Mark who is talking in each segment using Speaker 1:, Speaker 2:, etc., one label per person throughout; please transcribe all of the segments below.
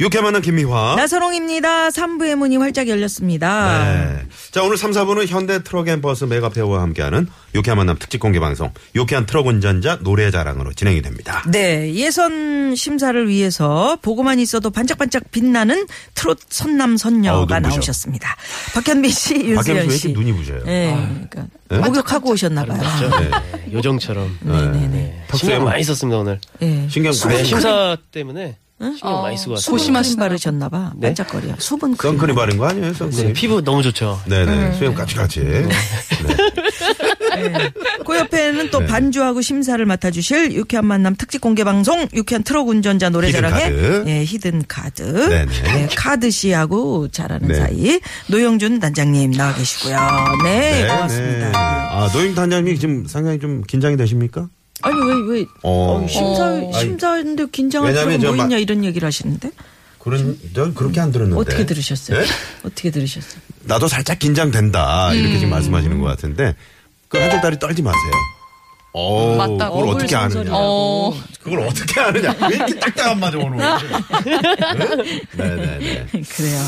Speaker 1: 육회 만난 김미화.
Speaker 2: 네. 나서롱입니다. 3부의 문이 활짝 열렸습니다.
Speaker 1: 네. 자, 오늘 3, 4부는 현대 트럭 앤 버스 메가페어와 함께하는 육회 만남 특집 공개 방송, 육회한 트럭 운전자 노래 자랑으로 진행이 됩니다.
Speaker 2: 네, 예선 심사를 위해서 보고만 있어도 반짝반짝 빛나는 트롯 선남
Speaker 1: 어우,
Speaker 2: 선녀가
Speaker 1: 눈부셔.
Speaker 2: 나오셨습니다. 박현빈
Speaker 1: 박혜민 씨왜
Speaker 2: 씨, 윤수연
Speaker 1: 이렇게
Speaker 2: 씨.
Speaker 1: 눈이 부셔요?
Speaker 2: 네, 그러니까 목욕하고 오셨나 봐요.
Speaker 1: 네.
Speaker 3: 아, 요정처럼. 네. 신경 많이 썼습니다 오늘.
Speaker 2: 예.
Speaker 1: 신경
Speaker 3: 네,
Speaker 1: 쓰고
Speaker 3: 심사 때문에 신경 많이 쓰고 왔어요.
Speaker 2: 수분 크림 바르셨나 봐.
Speaker 3: 네?
Speaker 2: 반짝거려. 수분 크림.
Speaker 1: 선크림 바른 거 아니에요?
Speaker 3: 네,
Speaker 1: 선크림.
Speaker 3: 피부 너무 좋죠.
Speaker 1: 네네.
Speaker 2: 음.
Speaker 1: 수염 까치까치.
Speaker 2: 네, 그 옆에는 또
Speaker 1: 네.
Speaker 2: 반주하고 심사를 맡아주실 유쾌한 만남 특집 공개 방송 유쾌한 트럭 운전자 노래자랑의
Speaker 1: 히든 카드.
Speaker 2: 예, 히든 카드.
Speaker 1: 네네.
Speaker 2: 예, 카드 씨하고 잘하는
Speaker 1: 네.
Speaker 2: 사이 노영준 단장님 나와 계시고요. 네,
Speaker 1: 네,
Speaker 2: 고맙습니다.
Speaker 1: 네. 아, 노임 단장님 지금 상당히 좀 긴장이 되십니까?
Speaker 2: 아니 왜 왜?
Speaker 1: 어.
Speaker 2: 어, 심사
Speaker 1: 아이,
Speaker 2: 심사인데 긴장할
Speaker 1: 왜냐면
Speaker 2: 필요가
Speaker 1: 저
Speaker 2: 뭐
Speaker 1: 막-
Speaker 2: 있냐 이런 얘기를 하시는데
Speaker 1: 그런, 전 그렇게 안 들었는데.
Speaker 2: 어떻게 들으셨어요?
Speaker 1: 네?
Speaker 2: 어떻게 들으셨어요?
Speaker 1: 나도 살짝 긴장된다 이렇게 지금 말씀하시는 것 같은데 그 한쪽 다리 떨지 마세요. 어, 맞다. 그걸 어떻게 아느냐? 그걸 어떻게 아느냐? 왜 이렇게 딱딱한 맞아 오늘? 네네네.
Speaker 2: 그래요.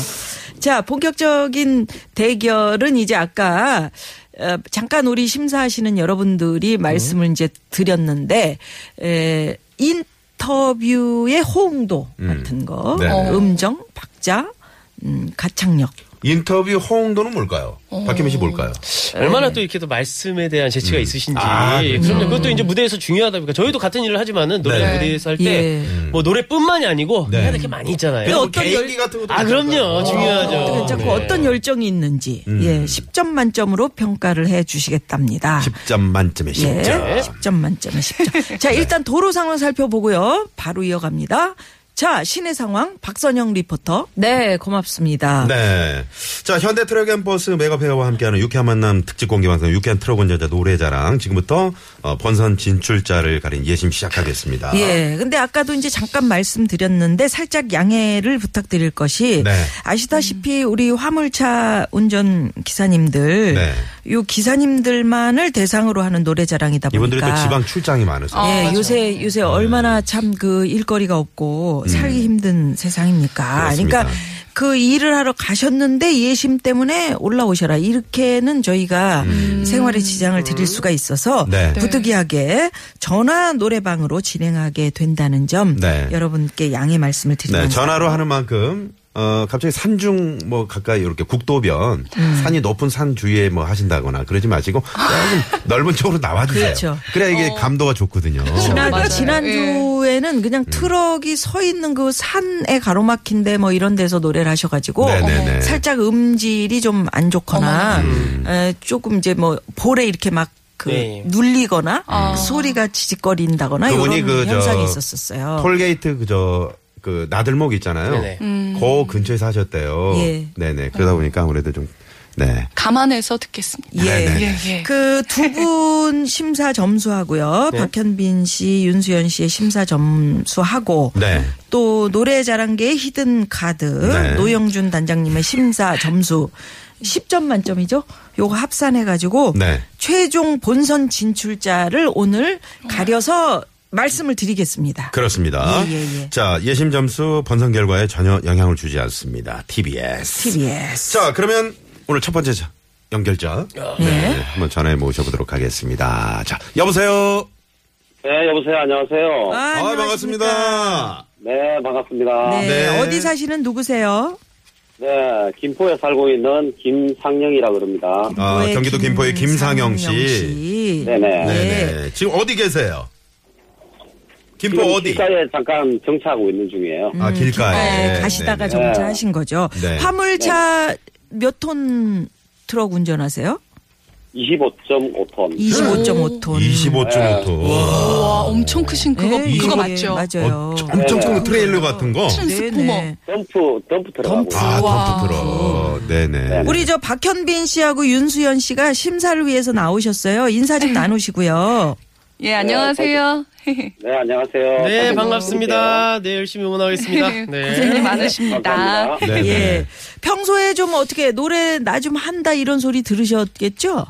Speaker 2: 자 본격적인 대결은 이제 아까 어, 잠깐 우리 심사하시는 여러분들이 말씀을 이제 드렸는데 에, 인터뷰의 호응도 같은 거,
Speaker 1: 네. 어.
Speaker 2: 음정, 박자, 음, 가창력.
Speaker 1: 인터뷰 호응도는 뭘까요? 박혜민 씨 뭘까요?
Speaker 2: 네.
Speaker 3: 얼마나 또 이렇게 또 말씀에 대한 재치가 있으신지.
Speaker 1: 아, 그렇죠.
Speaker 3: 그럼요. 그것도 이제 무대에서 중요하다 보니까 저희도 같은 일을 하지만은 노래
Speaker 1: 네.
Speaker 3: 무대에서 할 때 뭐
Speaker 2: 예.
Speaker 3: 노래뿐만이 아니고
Speaker 1: 네.
Speaker 3: 해야 될 게 많이 있잖아요.
Speaker 1: 그리고
Speaker 2: 어떤
Speaker 1: 개인기 같은 것도
Speaker 3: 아 그럼요.
Speaker 2: 또
Speaker 3: 중요하죠. 네.
Speaker 2: 괜찮고 그러니까 어떤 열정이 있는지 예, 10점 만점으로 평가를 해 주시겠답니다.
Speaker 1: 10점 만점에 10점.
Speaker 2: 예, 10점 만점에 10점. 자, 일단 도로 상황 살펴보고요. 바로 이어갑니다. 자, 시내 상황 박선영 리포터. 네, 고맙습니다.
Speaker 1: 네. 자, 현대 트럭 앤 버스 메가페어와 함께하는 유쾌한 만남 특집 공개 방송 유쾌한 트럭 운전자 노래자랑 지금부터 어, 본선 진출자를 가린 예심 시작하겠습니다.
Speaker 2: 예. 근데 아까도 이제 잠깐 말씀드렸는데 살짝 양해를 부탁드릴 것이
Speaker 1: 네.
Speaker 2: 아시다시피 우리 화물차 운전 기사님들
Speaker 1: 네.
Speaker 2: 요 기사님들만을 대상으로 하는 노래 자랑이다 보니까
Speaker 1: 이분들이 또 지방 출장이 많으세요.
Speaker 2: 예, 요새 요새 얼마나 참 그 일거리가 없고 살기 힘든 세상입니까? 그
Speaker 1: 음. 그렇습니다.
Speaker 2: 러니까그 일을 하러 가셨는데 예심 때문에 올라오셔라. 이렇게는 저희가 생활에 지장을 드릴 수가 있어서
Speaker 1: 음. 네.
Speaker 2: 부득이하게 전화 노래방으로 진행하게 된다는 점
Speaker 1: 네.
Speaker 2: 여러분께 양해 말씀을
Speaker 1: 네,
Speaker 2: 드리면서
Speaker 1: 전화로 하는 만큼 어 갑자기 산중 뭐 가까이 이렇게 국도변
Speaker 2: 음.
Speaker 1: 산이 높은 산 주위에 뭐 하신다거나 그러지 마시고 조금 넓은 쪽으로 나와주세요.
Speaker 2: 아. 그렇죠.
Speaker 1: 래야 이게 감도가 좋거든요. 예. 음.
Speaker 2: 지난, 지난주에는 그냥 트럭이 서 있는 그 산에 가로막힌데 뭐 이런 데서 노래를 하셔가지고
Speaker 1: 네네네.
Speaker 2: 살짝 음질이 좀 안 좋거나 에, 조금 이제 뭐 볼에 이렇게 막 그
Speaker 3: 네.
Speaker 2: 눌리거나 소리가 지직거린다거나
Speaker 1: 예. 아. 그분이
Speaker 2: 이런
Speaker 1: 그저
Speaker 2: 현상이 있었었어요.
Speaker 1: 톨게이트 그저 그 나들목 있잖아요.
Speaker 3: 네네.
Speaker 1: 그 근처에서 하셨대요.
Speaker 2: 음. 예.
Speaker 1: 네네. 그러다 보니까 아무래도 좀 네.
Speaker 4: 감안해서 듣겠습니다.
Speaker 2: 예.
Speaker 4: 예.
Speaker 2: 그 두 분 심사 점수하고요.
Speaker 1: 네.
Speaker 2: 박현빈 씨, 윤수연 씨의 심사 점수하고
Speaker 1: 네.
Speaker 2: 또 노래 자랑계의 히든 카드
Speaker 1: 네.
Speaker 2: 노영준 단장님의 심사 점수 10점 만점이죠. 요거 합산해 가지고
Speaker 1: 네.
Speaker 2: 최종 본선 진출자를 오늘 가려서 말씀을 드리겠습니다.
Speaker 1: 그렇습니다.
Speaker 2: 예, 예, 예.
Speaker 1: 자, 예심 점수 본선 결과에 전혀 영향을 주지 않습니다. TBS.
Speaker 2: TBS.
Speaker 1: 자, 그러면 오늘 첫 번째 자- 연결자. 네.
Speaker 2: 네.
Speaker 1: 한번 전화해 모셔보도록 하겠습니다. 자, 여보세요.
Speaker 5: 네, 여보세요. 안녕하세요.
Speaker 2: 아,
Speaker 1: 아,
Speaker 2: 안녕하십니까.
Speaker 1: 반갑습니다.
Speaker 5: 네, 반갑습니다.
Speaker 2: 네.
Speaker 5: 네.
Speaker 1: 네.
Speaker 2: 어디 사시는 누구세요?
Speaker 5: 김포에 살고 있는 김상영이라 그럽니다.
Speaker 1: 아,
Speaker 2: 뭐의
Speaker 1: 경기도 김포의 김상영 씨.
Speaker 5: 네네.
Speaker 1: 네.
Speaker 2: 예.
Speaker 1: 네. 지금 어디 계세요? 김포
Speaker 5: 지금
Speaker 1: 어디?
Speaker 5: 시가에 잠깐 정차하고 있는 중이에요.
Speaker 1: 아, 길가에.
Speaker 2: 네, 음, 가시다가
Speaker 1: 네네.
Speaker 2: 정차하신 거죠.
Speaker 1: 네.
Speaker 2: 화물차 몇 톤 트럭 운전하세요?
Speaker 5: 25.5톤.
Speaker 2: 25.5톤.
Speaker 1: 25.5톤. 어,
Speaker 4: 와, 엄청 크신 그거,
Speaker 2: 네,
Speaker 4: 그거
Speaker 2: 예,
Speaker 4: 맞죠?
Speaker 2: 맞아요. 네.
Speaker 1: 엄청 큰 트레일러 같은 거.
Speaker 4: 트랜스 포머.
Speaker 5: 덤프, 덤프 들어가고.
Speaker 1: 아,
Speaker 4: 와.
Speaker 1: 덤프 들어. 네네.
Speaker 2: 우리 저 박현빈 씨하고 윤수연 씨가 심사를 위해서 나오셨어요. 인사
Speaker 4: 네.
Speaker 2: 좀 나누시고요.
Speaker 4: 예, 안녕하세요.
Speaker 5: 네, 안녕하세요.
Speaker 3: 네,
Speaker 5: 선생님
Speaker 3: 반갑습니다. 네, 열심히 응원하겠습니다.
Speaker 4: 고생이
Speaker 3: 네.
Speaker 4: 많으십니다.
Speaker 5: 감사합니다.
Speaker 1: 네네.
Speaker 2: 예. 평소에 좀 어떻게 노래 나 좀 한다 이런 소리 들으셨겠죠?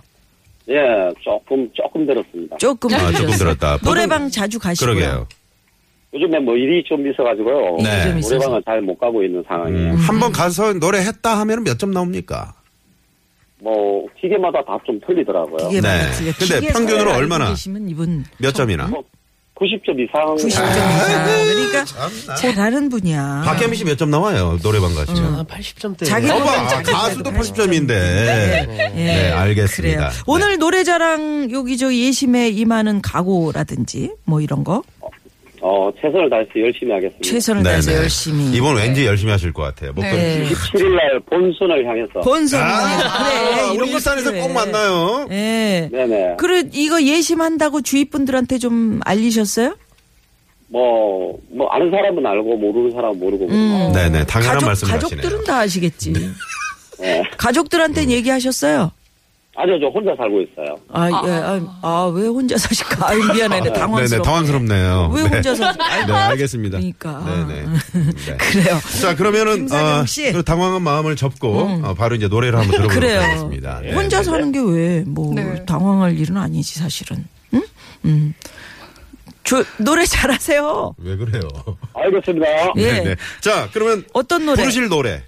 Speaker 5: 예, 조금, 조금 들었습니다.
Speaker 2: 조금
Speaker 1: 아, 조금
Speaker 2: 들으셨어요.
Speaker 1: 들었다.
Speaker 2: 노래방 자주 가시고요.
Speaker 1: 그러게요.
Speaker 5: 요즘에 뭐 일이 좀 있어가지고요.
Speaker 1: 네. 일이 좀
Speaker 2: 있어서.
Speaker 5: 노래방을 잘 못 가고 있는 상황이에요.
Speaker 1: 음,
Speaker 2: 음.
Speaker 1: 한번 가서 노래 했다 하면 몇 점 나옵니까?
Speaker 5: 뭐, 기계마다 다 좀 틀리더라고요.
Speaker 2: 이게
Speaker 1: 네.
Speaker 2: 많았어요.
Speaker 1: 근데
Speaker 2: 기계에서
Speaker 1: 평균으로
Speaker 2: 알고
Speaker 1: 얼마나?
Speaker 2: 계시면 이분
Speaker 1: 몇 점이나?
Speaker 5: 90점 이상.
Speaker 2: 90점 이상. 그러니까 잘하는 분이야.
Speaker 1: 아, 박현미 씨 몇 점 나와요? 노래방 가시면.
Speaker 2: 음.
Speaker 3: 아, 80점대.
Speaker 2: 자기
Speaker 1: 어봐,
Speaker 2: 네.
Speaker 1: 가수도 80점인데. 네,
Speaker 2: 예.
Speaker 1: 알겠습니다.
Speaker 2: 그래요. 오늘 노래자랑 여기저 예심에 임하는 각오라든지 뭐 이런 거
Speaker 5: 어, 최선을 다해서 열심히 하겠습니다.
Speaker 2: 예. 최선을
Speaker 1: 네,
Speaker 2: 다해서
Speaker 1: 네.
Speaker 2: 열심히.
Speaker 1: 이번 왠지 열심히 하실 것 같아요. 목소리.
Speaker 2: 네.
Speaker 5: 27일날 본선을 향해서.
Speaker 2: 본선.
Speaker 1: 아,
Speaker 2: 그래. 네, 이런
Speaker 1: 우리
Speaker 2: 거
Speaker 1: 일산에서
Speaker 2: 필요해.
Speaker 1: 꼭 만나요. 네,
Speaker 2: 예.
Speaker 5: 네네.
Speaker 2: 그래 이거 예심한다고 주위 분들한테 좀 알리셨어요?
Speaker 5: 뭐, 뭐, 아는 사람은 알고, 모르는 사람은 모르고.
Speaker 2: 음.
Speaker 1: 네네, 당연한 말씀을 하시네요. 음.
Speaker 2: 가족들은 다 아시겠지.
Speaker 5: 예.
Speaker 2: 가족들한테 는 얘기하셨어요.
Speaker 5: 아니요, 저 혼자 살고 있어요.
Speaker 2: 아, 예, 아, 아, 왜 혼자 사실까? 아유, 미안해. 네,
Speaker 1: 네네,
Speaker 2: 당황스러워.
Speaker 1: 당황스럽네요.
Speaker 2: 왜
Speaker 1: 네.
Speaker 2: 혼자 사?
Speaker 1: 네, 알겠습니다.
Speaker 2: 그러니까.
Speaker 1: 네네. 네.
Speaker 2: 그래요.
Speaker 1: 자, 그러면은,
Speaker 2: 김사경
Speaker 1: 어,
Speaker 2: 씨.
Speaker 1: 그 당황한 마음을 접고, 어, 바로 이제 노래를 한번 들어보도록
Speaker 2: 그래요.
Speaker 1: 하겠습니다. 네,
Speaker 2: 혼자
Speaker 1: 네.
Speaker 2: 사는 게 왜 뭐
Speaker 4: 네.
Speaker 2: 당황할 일은 아니지 사실은. 응? 음. 저, 노래 잘하세요.
Speaker 1: 왜 그래요?
Speaker 5: 알겠습니다.
Speaker 2: 예.
Speaker 1: 네. 자, 그러면
Speaker 2: 어떤 노래?
Speaker 1: 부르실 노래.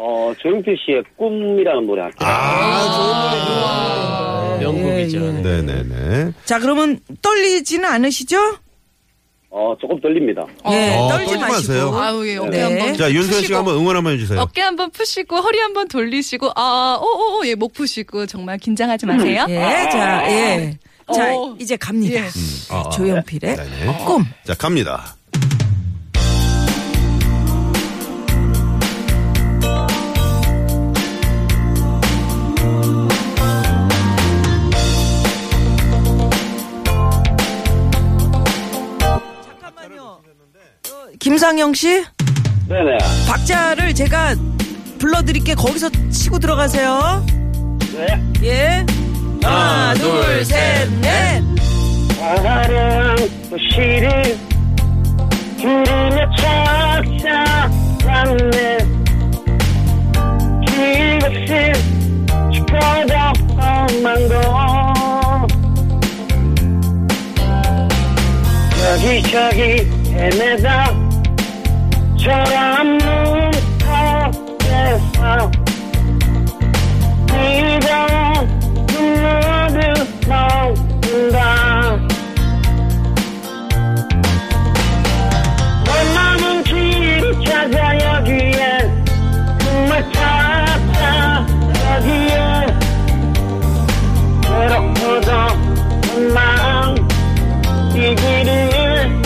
Speaker 5: 어, 조용필 씨의 꿈이라는 노래 할게요.
Speaker 2: 어? 예,
Speaker 3: 명곡이죠. 네.
Speaker 1: 네네네.
Speaker 2: 자, 그러면 떨리지는 않으시죠?
Speaker 5: 어, 조금 떨립니다.
Speaker 2: 예,
Speaker 1: 어,
Speaker 2: 떨지
Speaker 1: 떨지
Speaker 2: 마시고.
Speaker 1: 마세요.
Speaker 4: 아우, 예, 어깨
Speaker 2: 네.
Speaker 4: 한번.
Speaker 1: 자, 윤수현 씨가 한번 응원 한번 해주세요.
Speaker 4: 어깨 한번 푸시고, 허리 한번 돌리시고, 아, 오오오, 예, 목 푸시고, 정말 긴장하지 마세요.
Speaker 2: 예, 자, 예. 자,
Speaker 4: 어.
Speaker 2: 이제 갑니다.
Speaker 4: 예.
Speaker 2: 음,
Speaker 1: 아, 아,
Speaker 2: 조용필의
Speaker 1: 네네.
Speaker 2: 꿈.
Speaker 1: 자, 갑니다.
Speaker 2: 잠깐만요. 어, 김상영 씨,
Speaker 5: 네네.
Speaker 2: 박자를 제가 불러드릴게 거기서 치고 들어가세요.
Speaker 5: 네.
Speaker 2: 예. 하나, 둘, 셋, 넷.
Speaker 5: 사랑 도시를 들으며 찾아왔네 이것을 죽어다 험한 곳 여기저기 헤매다 저람눈 앞에서 네가 눈물을 먹는다 원하는 길 찾아 여기에 정말 찾아 여기에 괴롭고도 원망 이 길을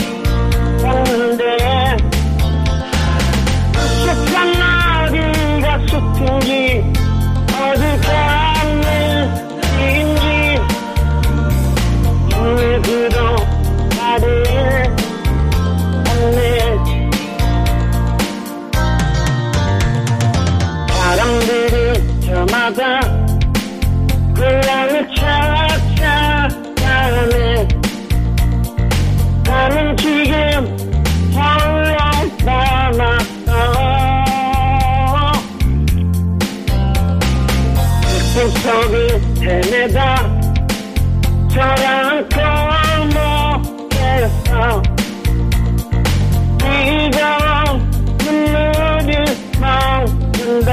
Speaker 5: 걷는데 세상 어디가 숲인지 어디가 늘인지 눈을 들어 나를 없네 사람들은 저마다 고향을 찾아가네 나는 지금 서울에 남았어 그꿈 속을 헤매다 저랑 골목에서 네가 눈물을 먹는다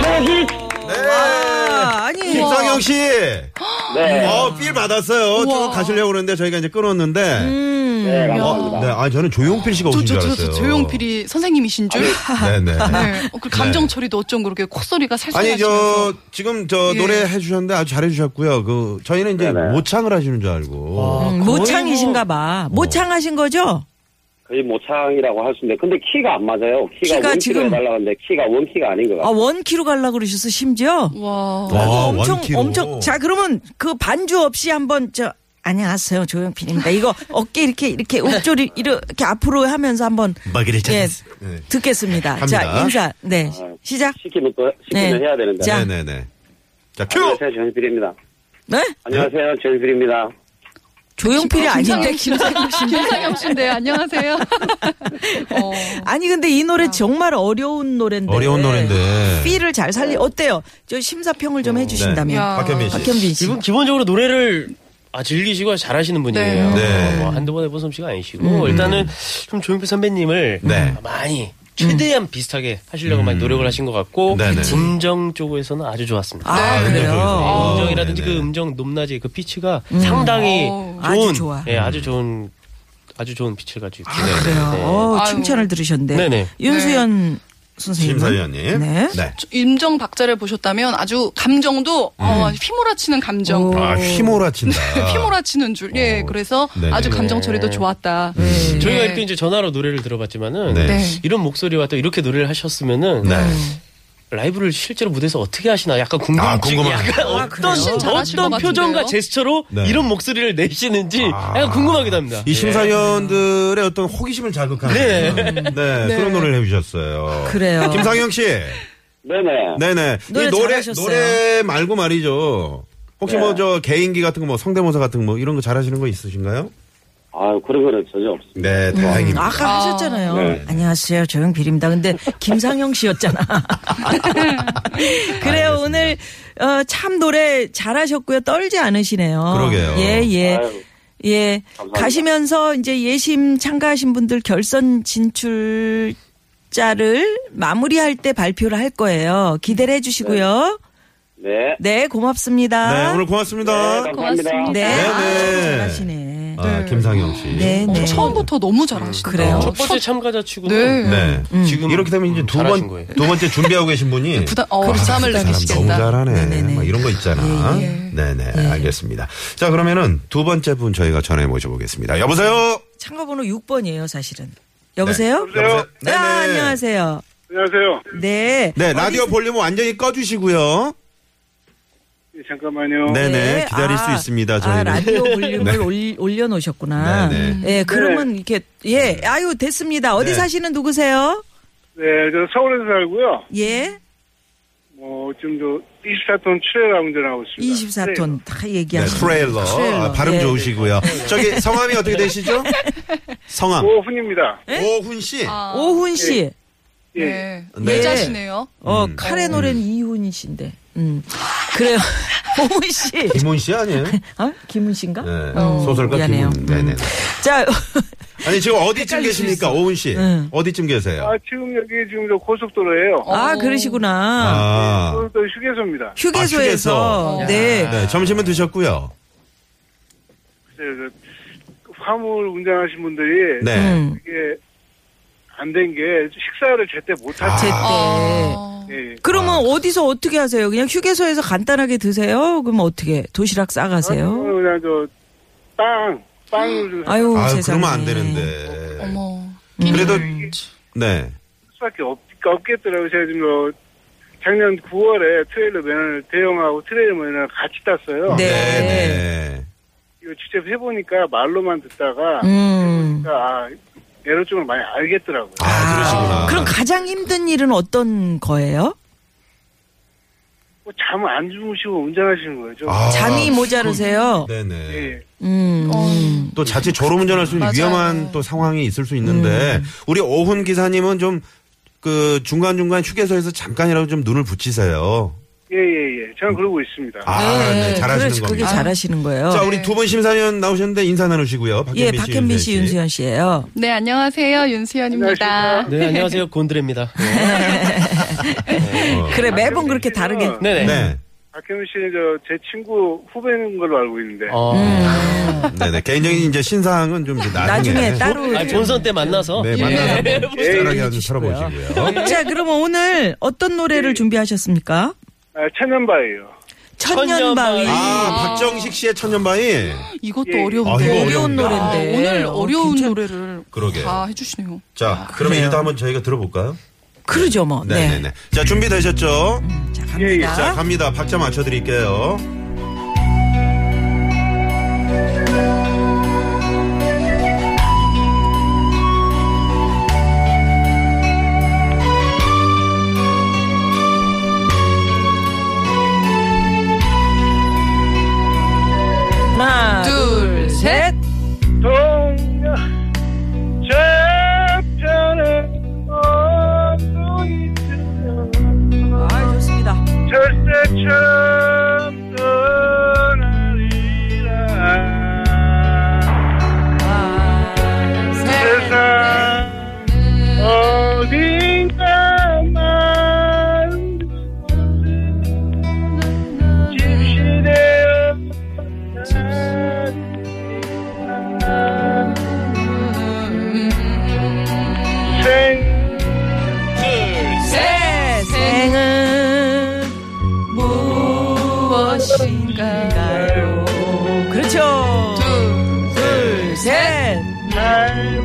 Speaker 5: 저기
Speaker 2: 아, 아니.
Speaker 1: 네. 김상영 씨.
Speaker 5: 네,
Speaker 1: 어, 필 받았어요. 쭉 가시려고 그러는데 저희가 이제 끊었는데.
Speaker 2: 음.
Speaker 5: 네
Speaker 1: 어, 네,
Speaker 5: 감사합니다
Speaker 1: 아, 저는 조용필 씨가
Speaker 4: 저,
Speaker 1: 오신 줄
Speaker 4: 저, 저,
Speaker 1: 알았어요.
Speaker 4: 저, 조용필이 선생님이신 줄?
Speaker 1: 아, 네네.
Speaker 4: 네. 어, 그 감정 처리도 어쩜 그렇게 콧소리가 살살
Speaker 1: 아니,
Speaker 4: 나시면서.
Speaker 1: 저, 지금 저
Speaker 4: 예.
Speaker 1: 노래 해주셨는데 아주 잘해주셨고요. 그, 저희는 이제
Speaker 5: 네네.
Speaker 2: 뭐
Speaker 1: 모창을 하시는 줄 알고.
Speaker 2: 음, 모창이신가 봐. 모창하신 거죠?
Speaker 5: 거의 모창이라고 할 수 있는데 근데 키가 안 맞아요. 키가,
Speaker 2: 키가
Speaker 5: 원키로
Speaker 2: 지금-
Speaker 5: 해달라고 하는데 키가 원키가 아닌 것
Speaker 2: 아,
Speaker 5: 같아요.
Speaker 2: 원키로 가려고 그러셨어, 심지어?
Speaker 4: 와.
Speaker 1: 와,
Speaker 2: 아이고, 엄청,
Speaker 1: 원키로.
Speaker 2: 엄청. 자, 그러면 그 반주 없이 한번 저, 안녕하세요, 조용필입니다. 이거 어깨 이렇게, 이렇게 옥조리 이렇게 앞으로 하면서 한번.
Speaker 1: 마그리
Speaker 2: 예,
Speaker 1: 찬스. 네.
Speaker 2: 듣겠습니다. 자,
Speaker 1: 갑니다.
Speaker 2: 인사. 네.
Speaker 5: 아,
Speaker 2: 시작.
Speaker 5: 시키면 또 시키면
Speaker 2: 네.
Speaker 5: 해야 되는데.
Speaker 2: 자.
Speaker 1: 네네네. 자, 큐!
Speaker 5: 안녕하세요 전필입니다.
Speaker 2: 네?
Speaker 5: 안녕하세요 전필입니다.
Speaker 2: 조용필이 아닌데.
Speaker 4: 김상엽 씨. 김상엽 씨인데 안녕하세요. 어.
Speaker 2: 아니, 근데 이 노래 정말 어려운 노래인데.
Speaker 1: 어려운 노래인데.
Speaker 2: 필을 잘 살리, 어때요? 저 심사평을 좀
Speaker 1: 네.
Speaker 2: 해주신다면.
Speaker 4: 야.
Speaker 1: 박현민 씨.
Speaker 2: 박현빈 씨.
Speaker 3: 이분 기본적으로 노래를 아 즐기시고 잘하시는 분이에요.
Speaker 4: 네.
Speaker 1: 네.
Speaker 3: 뭐 한두 번 해본 솜씨가 아니시고 일단은 좀 조용필 선배님을
Speaker 1: 네.
Speaker 3: 많이 최대한 비슷하게 하시려고 많이 노력을 하신 것 같고
Speaker 1: 네네.
Speaker 3: 음정 쪽에서는 아주 좋았습니다.
Speaker 2: 아,
Speaker 1: 네,
Speaker 2: 그래요?
Speaker 1: 어,
Speaker 3: 음정이라든지
Speaker 1: 네네.
Speaker 3: 그 음정 높낮이 그 피치가 상당히
Speaker 4: 어,
Speaker 3: 좋은,
Speaker 2: 아주 좋아.
Speaker 3: 예, 아주 좋은 아주 좋은 피치를 가지고 있어요. 네.
Speaker 2: 그래요.
Speaker 3: 네.
Speaker 2: 어,
Speaker 4: 아유.
Speaker 2: 칭찬을 들으셨는데.
Speaker 3: 네네.
Speaker 2: 윤수연 선생님.
Speaker 1: 심사위원님.
Speaker 2: 네.
Speaker 4: 임정 박자를 보셨다면 아주 감정도 어,
Speaker 1: 음.
Speaker 4: 휘몰아치는 감정.
Speaker 1: 아, 휘몰아친다.
Speaker 4: 휘몰아치는 줄. 예,
Speaker 1: 어.
Speaker 4: 그래서
Speaker 1: 네네.
Speaker 4: 아주 감정 처리도 좋았다.
Speaker 3: 저희가
Speaker 4: 네.
Speaker 3: 이렇게 이제 전화로 노래를 들어봤지만은
Speaker 1: 네.
Speaker 4: 네.
Speaker 3: 이런 목소리와 또 이렇게 노래를 하셨으면은
Speaker 1: 네.
Speaker 3: 라이브를 실제로 무대에서 어떻게 하시나 약간 궁금증이
Speaker 1: 아, 궁금하네.
Speaker 3: 약간
Speaker 1: 아,
Speaker 3: 어떤
Speaker 4: 그래요? 잘하실 것
Speaker 3: 어떤
Speaker 4: 같은데요?
Speaker 3: 표정과 제스처로
Speaker 1: 네.
Speaker 3: 이런 목소리를 내시는지
Speaker 1: 아.
Speaker 3: 약간 궁금하기도 합니다. 예.
Speaker 4: 예.
Speaker 1: 이 심사위원들의 어떤 호기심을 자극하는
Speaker 3: 네.
Speaker 1: 네, 그런 노래를 해주셨어요.
Speaker 2: 그래요.
Speaker 1: 김상영 씨,
Speaker 5: 네네.
Speaker 1: 네네.
Speaker 2: 노래
Speaker 1: 이 노래
Speaker 2: 잘하셨어요.
Speaker 1: 노래 말고 말이죠. 혹시
Speaker 5: 네.
Speaker 1: 뭐 저 개인기 같은 거, 뭐 성대모사 같은 거, 뭐 이런 거 잘하시는 거 있으신가요?
Speaker 5: 아 그런 거는 전혀 없습니다.
Speaker 2: 음.
Speaker 1: 네, 다행입니다.
Speaker 2: 아까 하셨잖아요.
Speaker 5: 네.
Speaker 2: 안녕하세요. 조용필입니다. 근데 김상영 씨였잖아. 그래요. 오늘 어, 참 노래 잘하셨고요. 떨지 않으시네요.
Speaker 1: 그러게요.
Speaker 2: 예, 예.
Speaker 5: 아유,
Speaker 2: 예.
Speaker 5: 감사합니다.
Speaker 2: 가시면서 이제 예심 참가하신 분들 결선 진출 자를 마무리할 때 발표를 할 거예요. 기대를 해 주시고요.
Speaker 5: 네.
Speaker 2: 네. 고맙습니다.
Speaker 1: 네, 오늘 고맙습니다.
Speaker 5: 네, 감사합니다.
Speaker 2: 네. 아,
Speaker 1: 네, 네.
Speaker 2: 잘하시네.
Speaker 1: 아, 김상영 씨.
Speaker 2: 네,
Speaker 4: 어,
Speaker 2: 네.
Speaker 4: 처음부터 너무 잘하시다.
Speaker 2: 그래요?
Speaker 3: 첫 번째 참가자
Speaker 2: 음.
Speaker 4: 네.
Speaker 3: 치고는
Speaker 1: 네.
Speaker 3: 지금
Speaker 1: 이렇게 되면 이제 두
Speaker 3: 음, 잘하신
Speaker 1: 번,
Speaker 3: 거예요.
Speaker 1: 두 번째 준비하고 계신
Speaker 2: 그
Speaker 1: 분이. 아,
Speaker 4: 부담, 어, 부담을
Speaker 1: 사람 너무
Speaker 4: 느끼시겠다.
Speaker 1: 잘하네.
Speaker 2: 네네네. 예,
Speaker 1: 막 이런 거 있잖아. 네네. 알겠습니다. 자, 그러면은 두 번째 분 저희가 전해 모셔보겠습니다. 여보세요?
Speaker 2: 네, 참가번호 6번이에요, 사실은. 여보세요?
Speaker 1: 여보세요?
Speaker 2: 네, 아, 안녕하세요.
Speaker 6: 안녕하세요.
Speaker 2: 네.
Speaker 1: 네, 라디오 볼륨 완전히 꺼주시고요.
Speaker 6: 예, 잠깐만요.
Speaker 1: 네네. 기다릴 수 있습니다, 저희는.
Speaker 2: 예. 아, 라디오 볼륨을
Speaker 1: 네.
Speaker 2: 올- 올려놓으셨구나.
Speaker 1: 네, 네.
Speaker 2: 예, 그러면 이렇게, 예, 아유, 됐습니다. 어디
Speaker 1: 네.
Speaker 2: 사시는 누구세요?
Speaker 6: 네, 저 서울에서 살고요.
Speaker 2: 예,
Speaker 6: 뭐 지금 저 24톤 트레일러 운전하고 있습니다.
Speaker 2: 24톤 다
Speaker 1: 네,
Speaker 2: 얘기하시고.
Speaker 1: 트레일러.
Speaker 2: 트레일러.
Speaker 1: 아, 발음
Speaker 2: 네.
Speaker 1: 좋으시고요. 저기 성함이 어떻게 되시죠? 성함.
Speaker 6: 네, 오훈입니다.
Speaker 2: 예?
Speaker 1: 오훈 씨.
Speaker 4: 아,
Speaker 2: 오훈 씨.
Speaker 6: 예.
Speaker 4: 네.
Speaker 1: 네.
Speaker 4: 여자시네요.
Speaker 2: 어,
Speaker 1: 음.
Speaker 2: 카레 노래는 이훈 씨인데. 음. 그래요. 오훈 씨.
Speaker 1: 김훈 씨 아니에요?
Speaker 2: 아? 김훈 씨인가?
Speaker 1: 네.
Speaker 2: 어,
Speaker 1: 소설가
Speaker 2: 미안해요.
Speaker 1: 김훈. 네네.
Speaker 2: 자,
Speaker 1: 아니 지금 어디쯤 계십니까, 오훈 씨?
Speaker 2: 응.
Speaker 1: 어디쯤 계세요?
Speaker 6: 아 지금 여기 지금 저 고속도로예요.
Speaker 2: 아, 그러시구나.
Speaker 1: 아.
Speaker 6: 고속도로 휴게소입니다.
Speaker 2: 휴게소에서.
Speaker 1: 휴게소.
Speaker 2: 네.
Speaker 1: 네, 점심은 드셨고요.
Speaker 6: 네, 그래서 저 화물 운전하신 분들이
Speaker 1: 네.
Speaker 2: 음.
Speaker 6: 이게 안 된 게 식사를 제때 못
Speaker 1: 네.
Speaker 6: 하죠.
Speaker 2: 제때.
Speaker 1: 아.
Speaker 4: 어.
Speaker 6: 예.
Speaker 2: 그러면 어디서 어떻게 하세요? 그냥 휴게소에서 간단하게 드세요? 그럼 어떻게? 도시락 싸가세요?
Speaker 6: 저는 그냥 저빵 빵을 좀 할
Speaker 2: 아유,
Speaker 1: 아,
Speaker 2: 세상에.
Speaker 1: 그러면 안 되는데.
Speaker 4: 어머.
Speaker 1: 그래도 네.
Speaker 6: 수밖에 없, 없겠더라고요. 제가 지금 저 작년 9월에 트레일러 면허를 대형하고 트레일러 면허를 같이 땄어요.
Speaker 2: 네.
Speaker 1: 네.
Speaker 6: 이거 직접 해보니까 말로만 듣다가
Speaker 2: 음.
Speaker 6: 아, 애로점을 많이 알겠더라고요.
Speaker 1: 아, 그러시구나.
Speaker 2: 그럼 가장 힘든 일은 어떤 거예요?
Speaker 6: 뭐 잠을 안 주무시고 운전하시는 거예요. 좀.
Speaker 1: 아,
Speaker 2: 잠이 모자르세요?
Speaker 1: 네네.
Speaker 6: 예.
Speaker 2: 음. 음.
Speaker 1: 또 자칫 졸음운전할 수 있는
Speaker 4: 맞아요.
Speaker 1: 위험한 또 상황이 있을 수 있는데
Speaker 2: 음.
Speaker 1: 우리 오훈 기사님은 좀 그 중간 중간 휴게소에서 잠깐이라도 좀 눈을 붙이세요.
Speaker 6: 예, 예, 예. 저는 그러고 있습니다.
Speaker 1: 아,
Speaker 4: 어.
Speaker 1: 네, 잘하시는
Speaker 2: 예, 그래, 그게
Speaker 1: 겁니다.
Speaker 2: 잘하시는 거예요.
Speaker 1: 자, 우리 두 분 심사위원 나오셨는데 인사 나누시고요. 박현민
Speaker 2: 예,
Speaker 1: 씨,
Speaker 2: 박현민 씨,
Speaker 1: 윤수연
Speaker 2: 윤수연 씨예요.
Speaker 4: 네, 안녕하세요. 윤수연입니다.
Speaker 3: 네 안녕하세요 곤드레입니다.
Speaker 1: 어.
Speaker 4: 아,
Speaker 2: 그래 매번 그렇게 다르게.
Speaker 3: 네네.
Speaker 1: 네.
Speaker 6: 박현우 씨는 저 제 친구 후배인 걸로 알고 있는데.
Speaker 3: 어.
Speaker 4: 음.
Speaker 1: 네네. 개인적인 이제 신상은 좀 이제 나중에.
Speaker 2: 음. 나중에 따로.
Speaker 3: 아니, 본선 때 만나서 예.
Speaker 1: 네, 만나서 한번 특별하게 한번
Speaker 2: 음.
Speaker 1: 털어보시고요.
Speaker 2: 자, 그러면 오늘 어떤 노래를 준비하셨습니까?
Speaker 6: 아, 천연바예요.
Speaker 2: 천년바위.
Speaker 3: 천년바위.
Speaker 1: 아, 박정식 씨의 천년바위.
Speaker 4: 네. 이것도
Speaker 6: 예.
Speaker 4: 어려운데.
Speaker 1: 아, 이거
Speaker 2: 어려운
Speaker 1: 어려운데.
Speaker 4: 아,
Speaker 2: 노래인데.
Speaker 4: 오늘
Speaker 2: 어,
Speaker 4: 어려운
Speaker 2: 괜찮-
Speaker 4: 노래를
Speaker 1: 그러게요.
Speaker 4: 다 해주시네요.
Speaker 1: 자, 그러면
Speaker 2: 아, 그래요.
Speaker 1: 일단 한번 저희가 들어볼까요?
Speaker 2: 그러죠 뭐. 네.
Speaker 1: 네네네. 네. 자, 준비되셨죠?
Speaker 2: 자
Speaker 4: 예,
Speaker 2: 갑니다.
Speaker 1: 자, 갑니다. 박자 맞춰드릴게요.
Speaker 2: 하나,
Speaker 4: 둘, 셋.
Speaker 6: 동양 저편은 어두 있으면
Speaker 2: 아 좋습니다.
Speaker 6: 절대 처음 떠나리라
Speaker 2: 하나, 셋.
Speaker 6: 세상 어딘가만 집시되어 생
Speaker 2: 생은
Speaker 4: 네.
Speaker 2: 무엇인가요? 그렇죠. 둘, 셋.
Speaker 6: 예, 날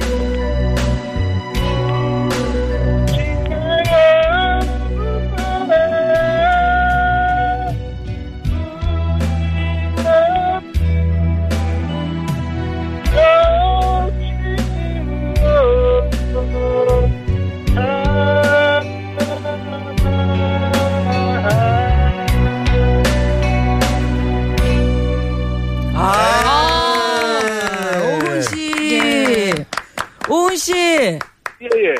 Speaker 2: 아, 예. 오훈 씨. 오훈 씨.
Speaker 6: 예예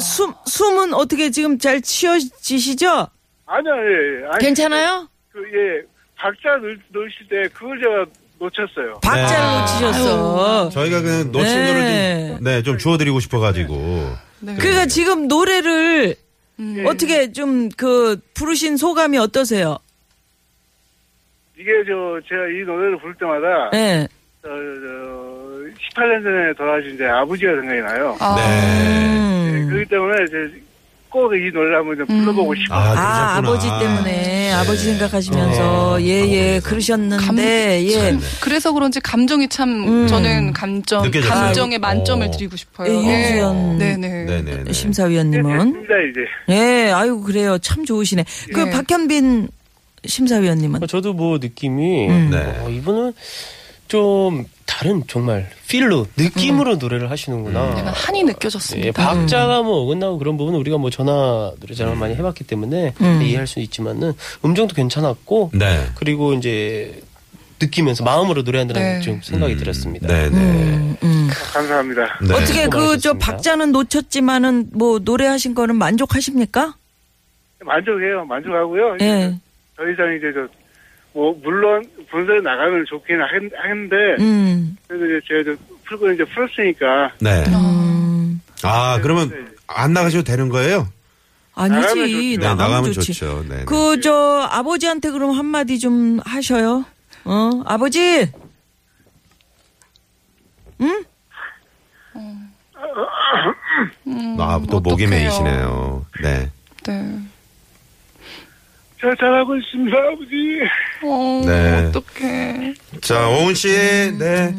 Speaker 2: 숨, 숨은 어떻게 지금 잘 치어지시죠?
Speaker 6: 아니야 예예 아니,
Speaker 2: 괜찮아요?
Speaker 6: 그예 박자 넣, 넣으실 때 그걸 제가 놓쳤어요
Speaker 2: 박자를 놓치셨어.
Speaker 1: 저희가 그냥 놓친
Speaker 2: 네.
Speaker 1: 거를 좀, 네, 좀 주워드리고 싶어가지고.
Speaker 2: 그러니까 지금 노래를 네.
Speaker 6: 예.
Speaker 2: 어떻게 좀 그 부르신 소감이 어떠세요?
Speaker 6: 이게 저 제가 이 노래를 부를 때마다
Speaker 2: 예.
Speaker 6: 저, 저 18년 전에 돌아가신 제 아버지가 생각이 나요.
Speaker 4: 아.
Speaker 1: 네.
Speaker 2: 음.
Speaker 6: 네, 그렇기 때문에 이제 꼭 이 노래를 한번 좀 불러보고 싶어요.
Speaker 1: 아,
Speaker 2: 아,
Speaker 1: 그러셨구나.
Speaker 2: 아버지 때문에 아버지 생각하시면서
Speaker 1: 네.
Speaker 2: 예 예
Speaker 1: 아버지.
Speaker 4: 감- 음.
Speaker 2: 그러셨는데 예.
Speaker 4: 네, 그래서 그런지 감정이 참 저는 감정
Speaker 1: 네. 느껴져요.
Speaker 4: 감정의 만점을
Speaker 1: 어.
Speaker 4: 드리고 싶어요. 네.
Speaker 2: 예, 유지연 그
Speaker 4: 네네.
Speaker 1: 네네네.
Speaker 2: 심사위원님은
Speaker 6: 됐습니다 이제.
Speaker 2: 예 아이고 그래요 참 좋으시네 그
Speaker 4: 예.
Speaker 2: 박현빈 심사위원님은
Speaker 3: 어, 저도 뭐 느낌이
Speaker 1: 네.
Speaker 3: 어, 이분은 좀 다른 정말 필로
Speaker 4: 음.
Speaker 3: 느낌으로 노래를
Speaker 1: 음.
Speaker 3: 하시는구나.
Speaker 4: 약간 한이
Speaker 3: 예,
Speaker 4: 느껴졌습니다.
Speaker 3: 박자가 뭐 어긋나고 그런 부분은 우리가 뭐 전화 노래자랑
Speaker 1: 음.
Speaker 3: 많이 해봤기 때문에
Speaker 4: 음.
Speaker 3: 이해할 수 있지만은 음정도 괜찮았고
Speaker 1: 네.
Speaker 3: 그리고 이제 느끼면서 마음으로 노래한다는
Speaker 4: 네.
Speaker 3: 좀 생각이 들었습니다.
Speaker 1: 네네.
Speaker 6: 감사합니다.
Speaker 1: 네.
Speaker 2: 음. 어떻게 그 저
Speaker 3: 수고하셨습니다.
Speaker 2: 박자는 놓쳤지만은 뭐 노래하신 거는 만족하십니까?
Speaker 6: 만족해요. 만족하고요.
Speaker 2: 예.
Speaker 6: 더 이상 이제 저, 뭐, 물론 분석에 나가면 좋긴 한- 한데,
Speaker 2: 음.
Speaker 6: 그래도 이제 제가 저 풀고 이제 풀었으니까.
Speaker 1: 네.
Speaker 2: 음.
Speaker 1: 아, 그러면 안 나가셔도 되는 거예요?
Speaker 6: 나가면
Speaker 2: 아니지.
Speaker 6: 좋지.
Speaker 1: 네,
Speaker 2: 나가면,
Speaker 1: 나가면
Speaker 2: 좋지.
Speaker 1: 좋죠. 네. 네.
Speaker 2: 그 저 아버지한테 그럼 한마디 좀 하셔요. 어 아버지.
Speaker 1: 아, 또 목이
Speaker 4: 음, 어떡해요.
Speaker 1: 메이시네요. 네.
Speaker 4: 네.
Speaker 6: 잘 잘하고 있습니다, 아버지.
Speaker 4: 어,
Speaker 1: 네.
Speaker 4: 어떡해.
Speaker 1: 자, 오은 씨, 네.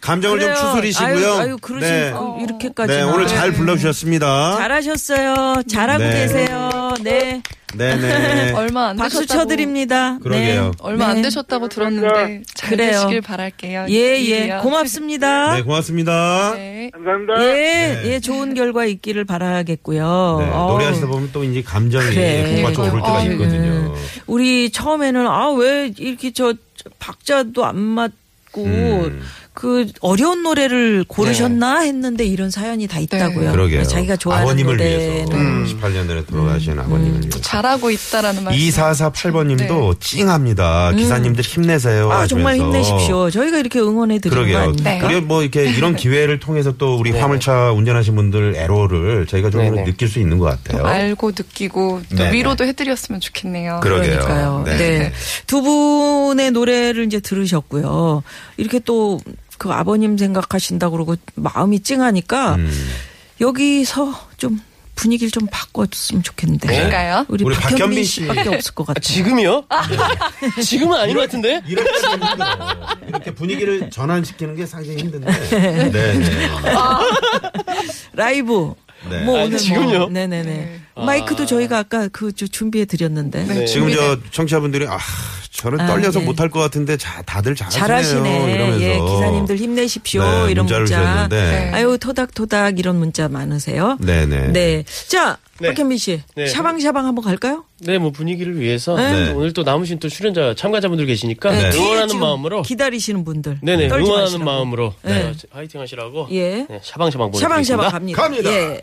Speaker 1: 감정을
Speaker 2: 음. 그래요.
Speaker 1: 좀 추스리시고요.
Speaker 2: 아유, 아유 그러신
Speaker 1: 네.
Speaker 2: 이렇게까지.
Speaker 1: 네, 오늘 잘
Speaker 4: 어?
Speaker 1: 불러주셨습니다.
Speaker 2: 잘하셨어요. 잘하고
Speaker 1: 네.
Speaker 2: 계세요. 네.
Speaker 1: 네네.
Speaker 4: 얼마 안
Speaker 2: 박수
Speaker 4: 되셨다고.
Speaker 2: 쳐드립니다.
Speaker 1: 그러게요.
Speaker 2: 네.
Speaker 4: 얼마
Speaker 2: 네.
Speaker 4: 안 되셨다고 들었는데 잘
Speaker 2: 그래요.
Speaker 4: 되시길 바랄게요.
Speaker 2: 예, 예.
Speaker 4: 일이요.
Speaker 2: 고맙습니다.
Speaker 1: 네, 고맙습니다.
Speaker 4: 네.
Speaker 6: 감사합니다.
Speaker 2: 예,
Speaker 1: 네.
Speaker 2: 예, 좋은 결과 있기를 바라겠고요.
Speaker 1: 네,
Speaker 2: 어우,
Speaker 1: 노래하시다 보면 또 이제 감정이
Speaker 2: 그래.
Speaker 1: 공과 좀 오를 때가
Speaker 4: 아유.
Speaker 1: 있거든요.
Speaker 2: 우리 처음에는 아, 왜 이렇게 저 박자도 안 맞고
Speaker 1: 음. 네.
Speaker 2: 그 어려운 노래를 고르셨나 했는데 이런 사연이 다 있다고요.
Speaker 1: 그러게요.
Speaker 2: 네, 자기가 좋아하는
Speaker 1: 아버님을
Speaker 2: 노래는. 네. 음.
Speaker 1: 위해서 18년 전에 돌아가신 아버님을 위해서.
Speaker 4: 잘하고 있다라는 말씀.
Speaker 1: 2448번님도 찡합니다. 기사님들 힘내세요.
Speaker 2: 네. 아, 정말
Speaker 1: 하시면서.
Speaker 2: 힘내십시오. 저희가 이렇게 응원해 드리는 거
Speaker 1: 그러게요.
Speaker 2: 아닙니까?
Speaker 4: 네.
Speaker 1: 우리 뭐 이렇게 이런 기회를 통해서 또 우리 화물차 운전하신 분들 애로를 저희가 좀
Speaker 3: 네네.
Speaker 1: 느낄 수 있는 것 같아요.
Speaker 4: 알고 느끼고 또
Speaker 1: 네,
Speaker 4: 위로도 해드렸으면 좋겠네요.
Speaker 1: 그러게요.
Speaker 2: 그러니까요. 네.
Speaker 1: 네.
Speaker 2: 두 분의 노래를 이제 들으셨고요. 이렇게 또 그 아버님 생각하신다 그러고 마음이 찡하니까
Speaker 1: 음.
Speaker 2: 여기서 좀 분위기를 좀 바꿔줬으면 좋겠는데.
Speaker 4: 그럴까요?
Speaker 1: 네.
Speaker 2: 우리,
Speaker 1: 우리
Speaker 2: 박현민,
Speaker 1: 박현민 씨.
Speaker 2: 씨밖에 없을 것 같아요.
Speaker 3: 지금이요? 네. 지금은 아닌 것 같은데?
Speaker 1: 이렇게 힘들어요. 이렇게 분위기를 전환시키는 게 상당히 힘든데. 네네.
Speaker 2: 라이브.
Speaker 1: 네. 아.
Speaker 2: 뭐
Speaker 3: 아,
Speaker 2: 오늘
Speaker 3: 지금요?
Speaker 2: 뭐, 네네네. 마이크도 저희가 아까 그 준비해 드렸는데.
Speaker 3: 네.
Speaker 1: 지금 저 청취자분들이 아 저는
Speaker 2: 아,
Speaker 1: 떨려서
Speaker 2: 예.
Speaker 1: 못할 것 같은데 자, 다들 잘하시네요.
Speaker 2: 잘하시네.
Speaker 1: 아, 이러면서.
Speaker 2: 예, 기사님들 힘내십시오.
Speaker 1: 네,
Speaker 2: 이런
Speaker 1: 문자를
Speaker 2: 문자.
Speaker 1: 주셨는데.
Speaker 2: 아유, 토닥토닥 이런 문자 많으세요.
Speaker 1: 네네.
Speaker 2: 네. 자,
Speaker 3: 네.
Speaker 2: 박현민 씨.
Speaker 3: 네.
Speaker 2: 샤방샤방 한번 갈까요?
Speaker 3: 네, 뭐 분위기를 위해서
Speaker 2: 네.
Speaker 3: 또 오늘 또 남으신 또 출연자 참가자분들 계시니까
Speaker 2: 네, 뒤에
Speaker 3: 아, 응원하는
Speaker 2: 지금
Speaker 3: 마음으로
Speaker 2: 기다리시는 분들.
Speaker 3: 네네
Speaker 2: 떨지
Speaker 3: 응원하는
Speaker 2: 마시라고.
Speaker 3: 마음으로 네.
Speaker 2: 네.
Speaker 3: 화이팅 하시라고
Speaker 2: 예.
Speaker 3: 네, 샤방샤방 보내드리겠습니다.
Speaker 2: 샤방샤방 갑니다.
Speaker 1: 갑니다.
Speaker 2: 예.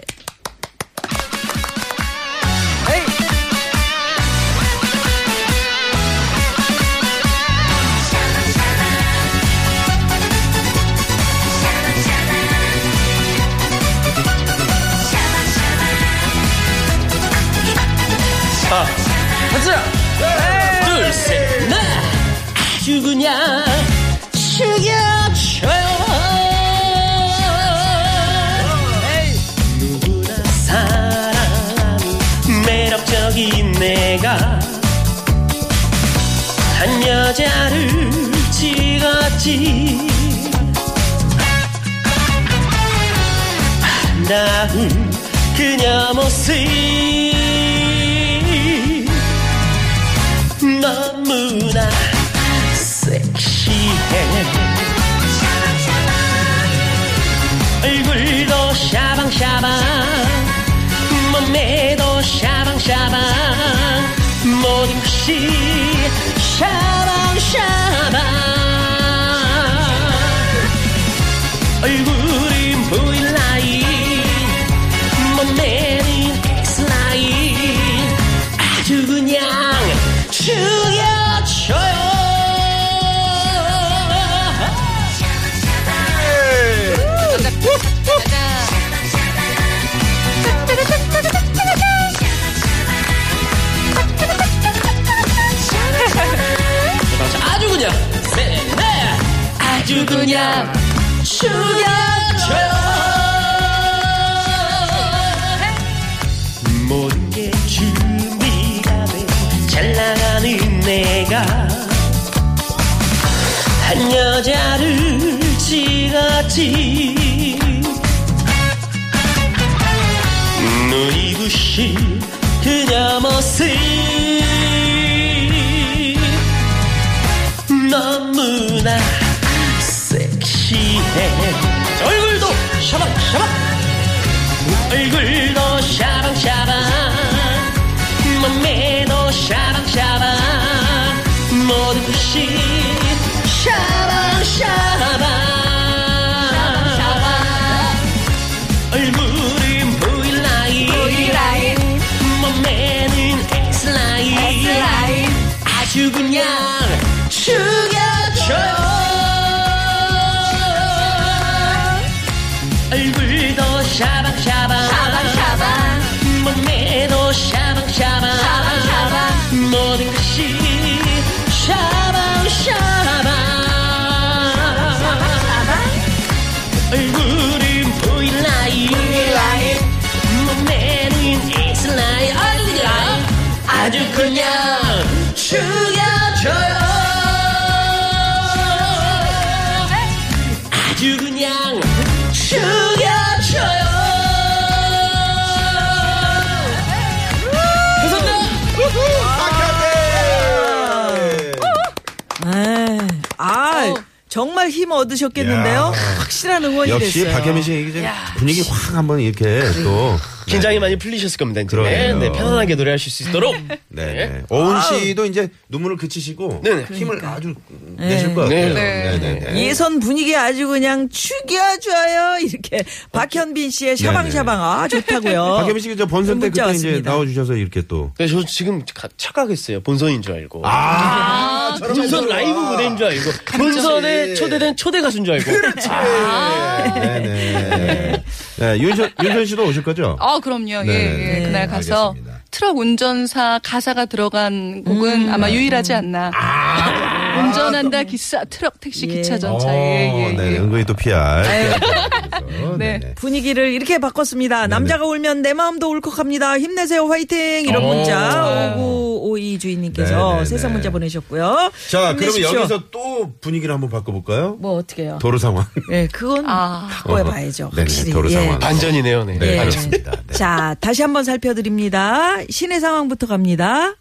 Speaker 3: 둘셋 넷. 아주 그냥 죽여줘요. 누구나 사랑하는 매력적인 내가 한 여자를 찍었지. 아름다운 그녀 모습. 너무나 섹시해 얼굴도 샤방샤방 몸매도 샤방샤방 모든 것이 샤방샤방 얼굴이 V라인 몸매는 X라인 아주 그냥 죽여줘요 아주 그냥 네네 아주 그냥 죽여줘요 모든 게 준비가 돼잘 나가는 내가 한 여자를 찍었지 눈이 부신 그녀 모습 너무나 섹시해 얼굴도 샤방샤방 얼굴도 샤방샤방 몸매도 샤방샤방 모든 것이 샤방샤방 얼굴은 V라인 몸매는 X라인 아주 그냥 죽여줘 얼굴도 샤방샤방 몸매도 샤방샤방 모든 것이 샤방샤방 얼굴은 보일라인 몸매는 X라인 얼굴이 아주 그냥 죽여줘요 네. 아주 그냥 죽여줘요
Speaker 1: 아, 네.
Speaker 2: 에이, 아,
Speaker 3: 어.
Speaker 2: 정말 힘 얻으셨겠는데요?
Speaker 1: 야.
Speaker 2: 확실한 응원이
Speaker 1: 역시
Speaker 2: 됐어요.
Speaker 1: 박현민 씨 이제 분위기 확 한번 이렇게 또
Speaker 3: 긴장이 많이 풀리셨을 겁니다. 이제. 네,
Speaker 1: 그러네요.
Speaker 3: 네, 편안하게 노래하실 수 있도록.
Speaker 1: 네. 네. 오은 씨도 이제 눈물을 그치시고
Speaker 3: 네네.
Speaker 1: 힘을 아주 내실 것
Speaker 3: 네.
Speaker 1: 같아요.
Speaker 4: 네.
Speaker 1: 네네.
Speaker 2: 예선 분위기 아주 그냥 죽여줘요. 이렇게 박현빈 씨의 샤방샤방 아 좋다고요.
Speaker 1: 네, 박혜민 씨가 저 본선 때
Speaker 2: 문자
Speaker 1: 그때 이제
Speaker 2: 왔습니다.
Speaker 1: 나와주셔서 이렇게 또.
Speaker 3: 네, 저 지금 가- 착각했어요. 본선인 줄 알고.
Speaker 1: 아,
Speaker 3: 본선 라이브 무대인 줄 알고. 본선에 초대된 초대 가수인 줄 알고.
Speaker 1: 네, 네네. 네, 윤선, 윤선 씨도 오실 거죠?
Speaker 4: 아, 그럼요.
Speaker 1: 네,
Speaker 4: 예, 예.
Speaker 1: 네,
Speaker 4: 그날 가서
Speaker 1: 알겠습니다.
Speaker 4: 트럭 운전사 가사가 들어간 곡은 아마 유일하지 않나. 운전한다 기사 트럭 택시
Speaker 2: 예.
Speaker 4: 기차 전차 예, 예,
Speaker 1: 네,
Speaker 4: 예.
Speaker 1: 은근히 또 PR. 그래서,
Speaker 4: 네.
Speaker 1: 네네.
Speaker 2: 분위기를 이렇게 바꿨습니다.
Speaker 1: 네.
Speaker 2: 남자가 울면 내 마음도 울컥합니다. 힘내세요, 화이팅! 이런 문자 5952 주인님께서
Speaker 1: 어. 네네네.
Speaker 2: 세상 문자 보내셨고요.
Speaker 1: 자, 그러면
Speaker 2: 힘내십시오.
Speaker 1: 여기서 또 분위기를 한번 바꿔볼까요?
Speaker 2: 뭐 어떻게요?
Speaker 1: 도로 상황.
Speaker 2: 예, 그건
Speaker 4: 아.
Speaker 2: 바꿔봐야죠.
Speaker 1: 네네,
Speaker 2: 확실히.
Speaker 1: 도로
Speaker 2: 예.
Speaker 1: 상황.
Speaker 3: 반전이네요, 네.
Speaker 1: 네,
Speaker 2: 예.
Speaker 1: 그렇습니다. 네.
Speaker 2: 자, 다시 한번 살펴드립니다. 시내 상황부터 갑니다.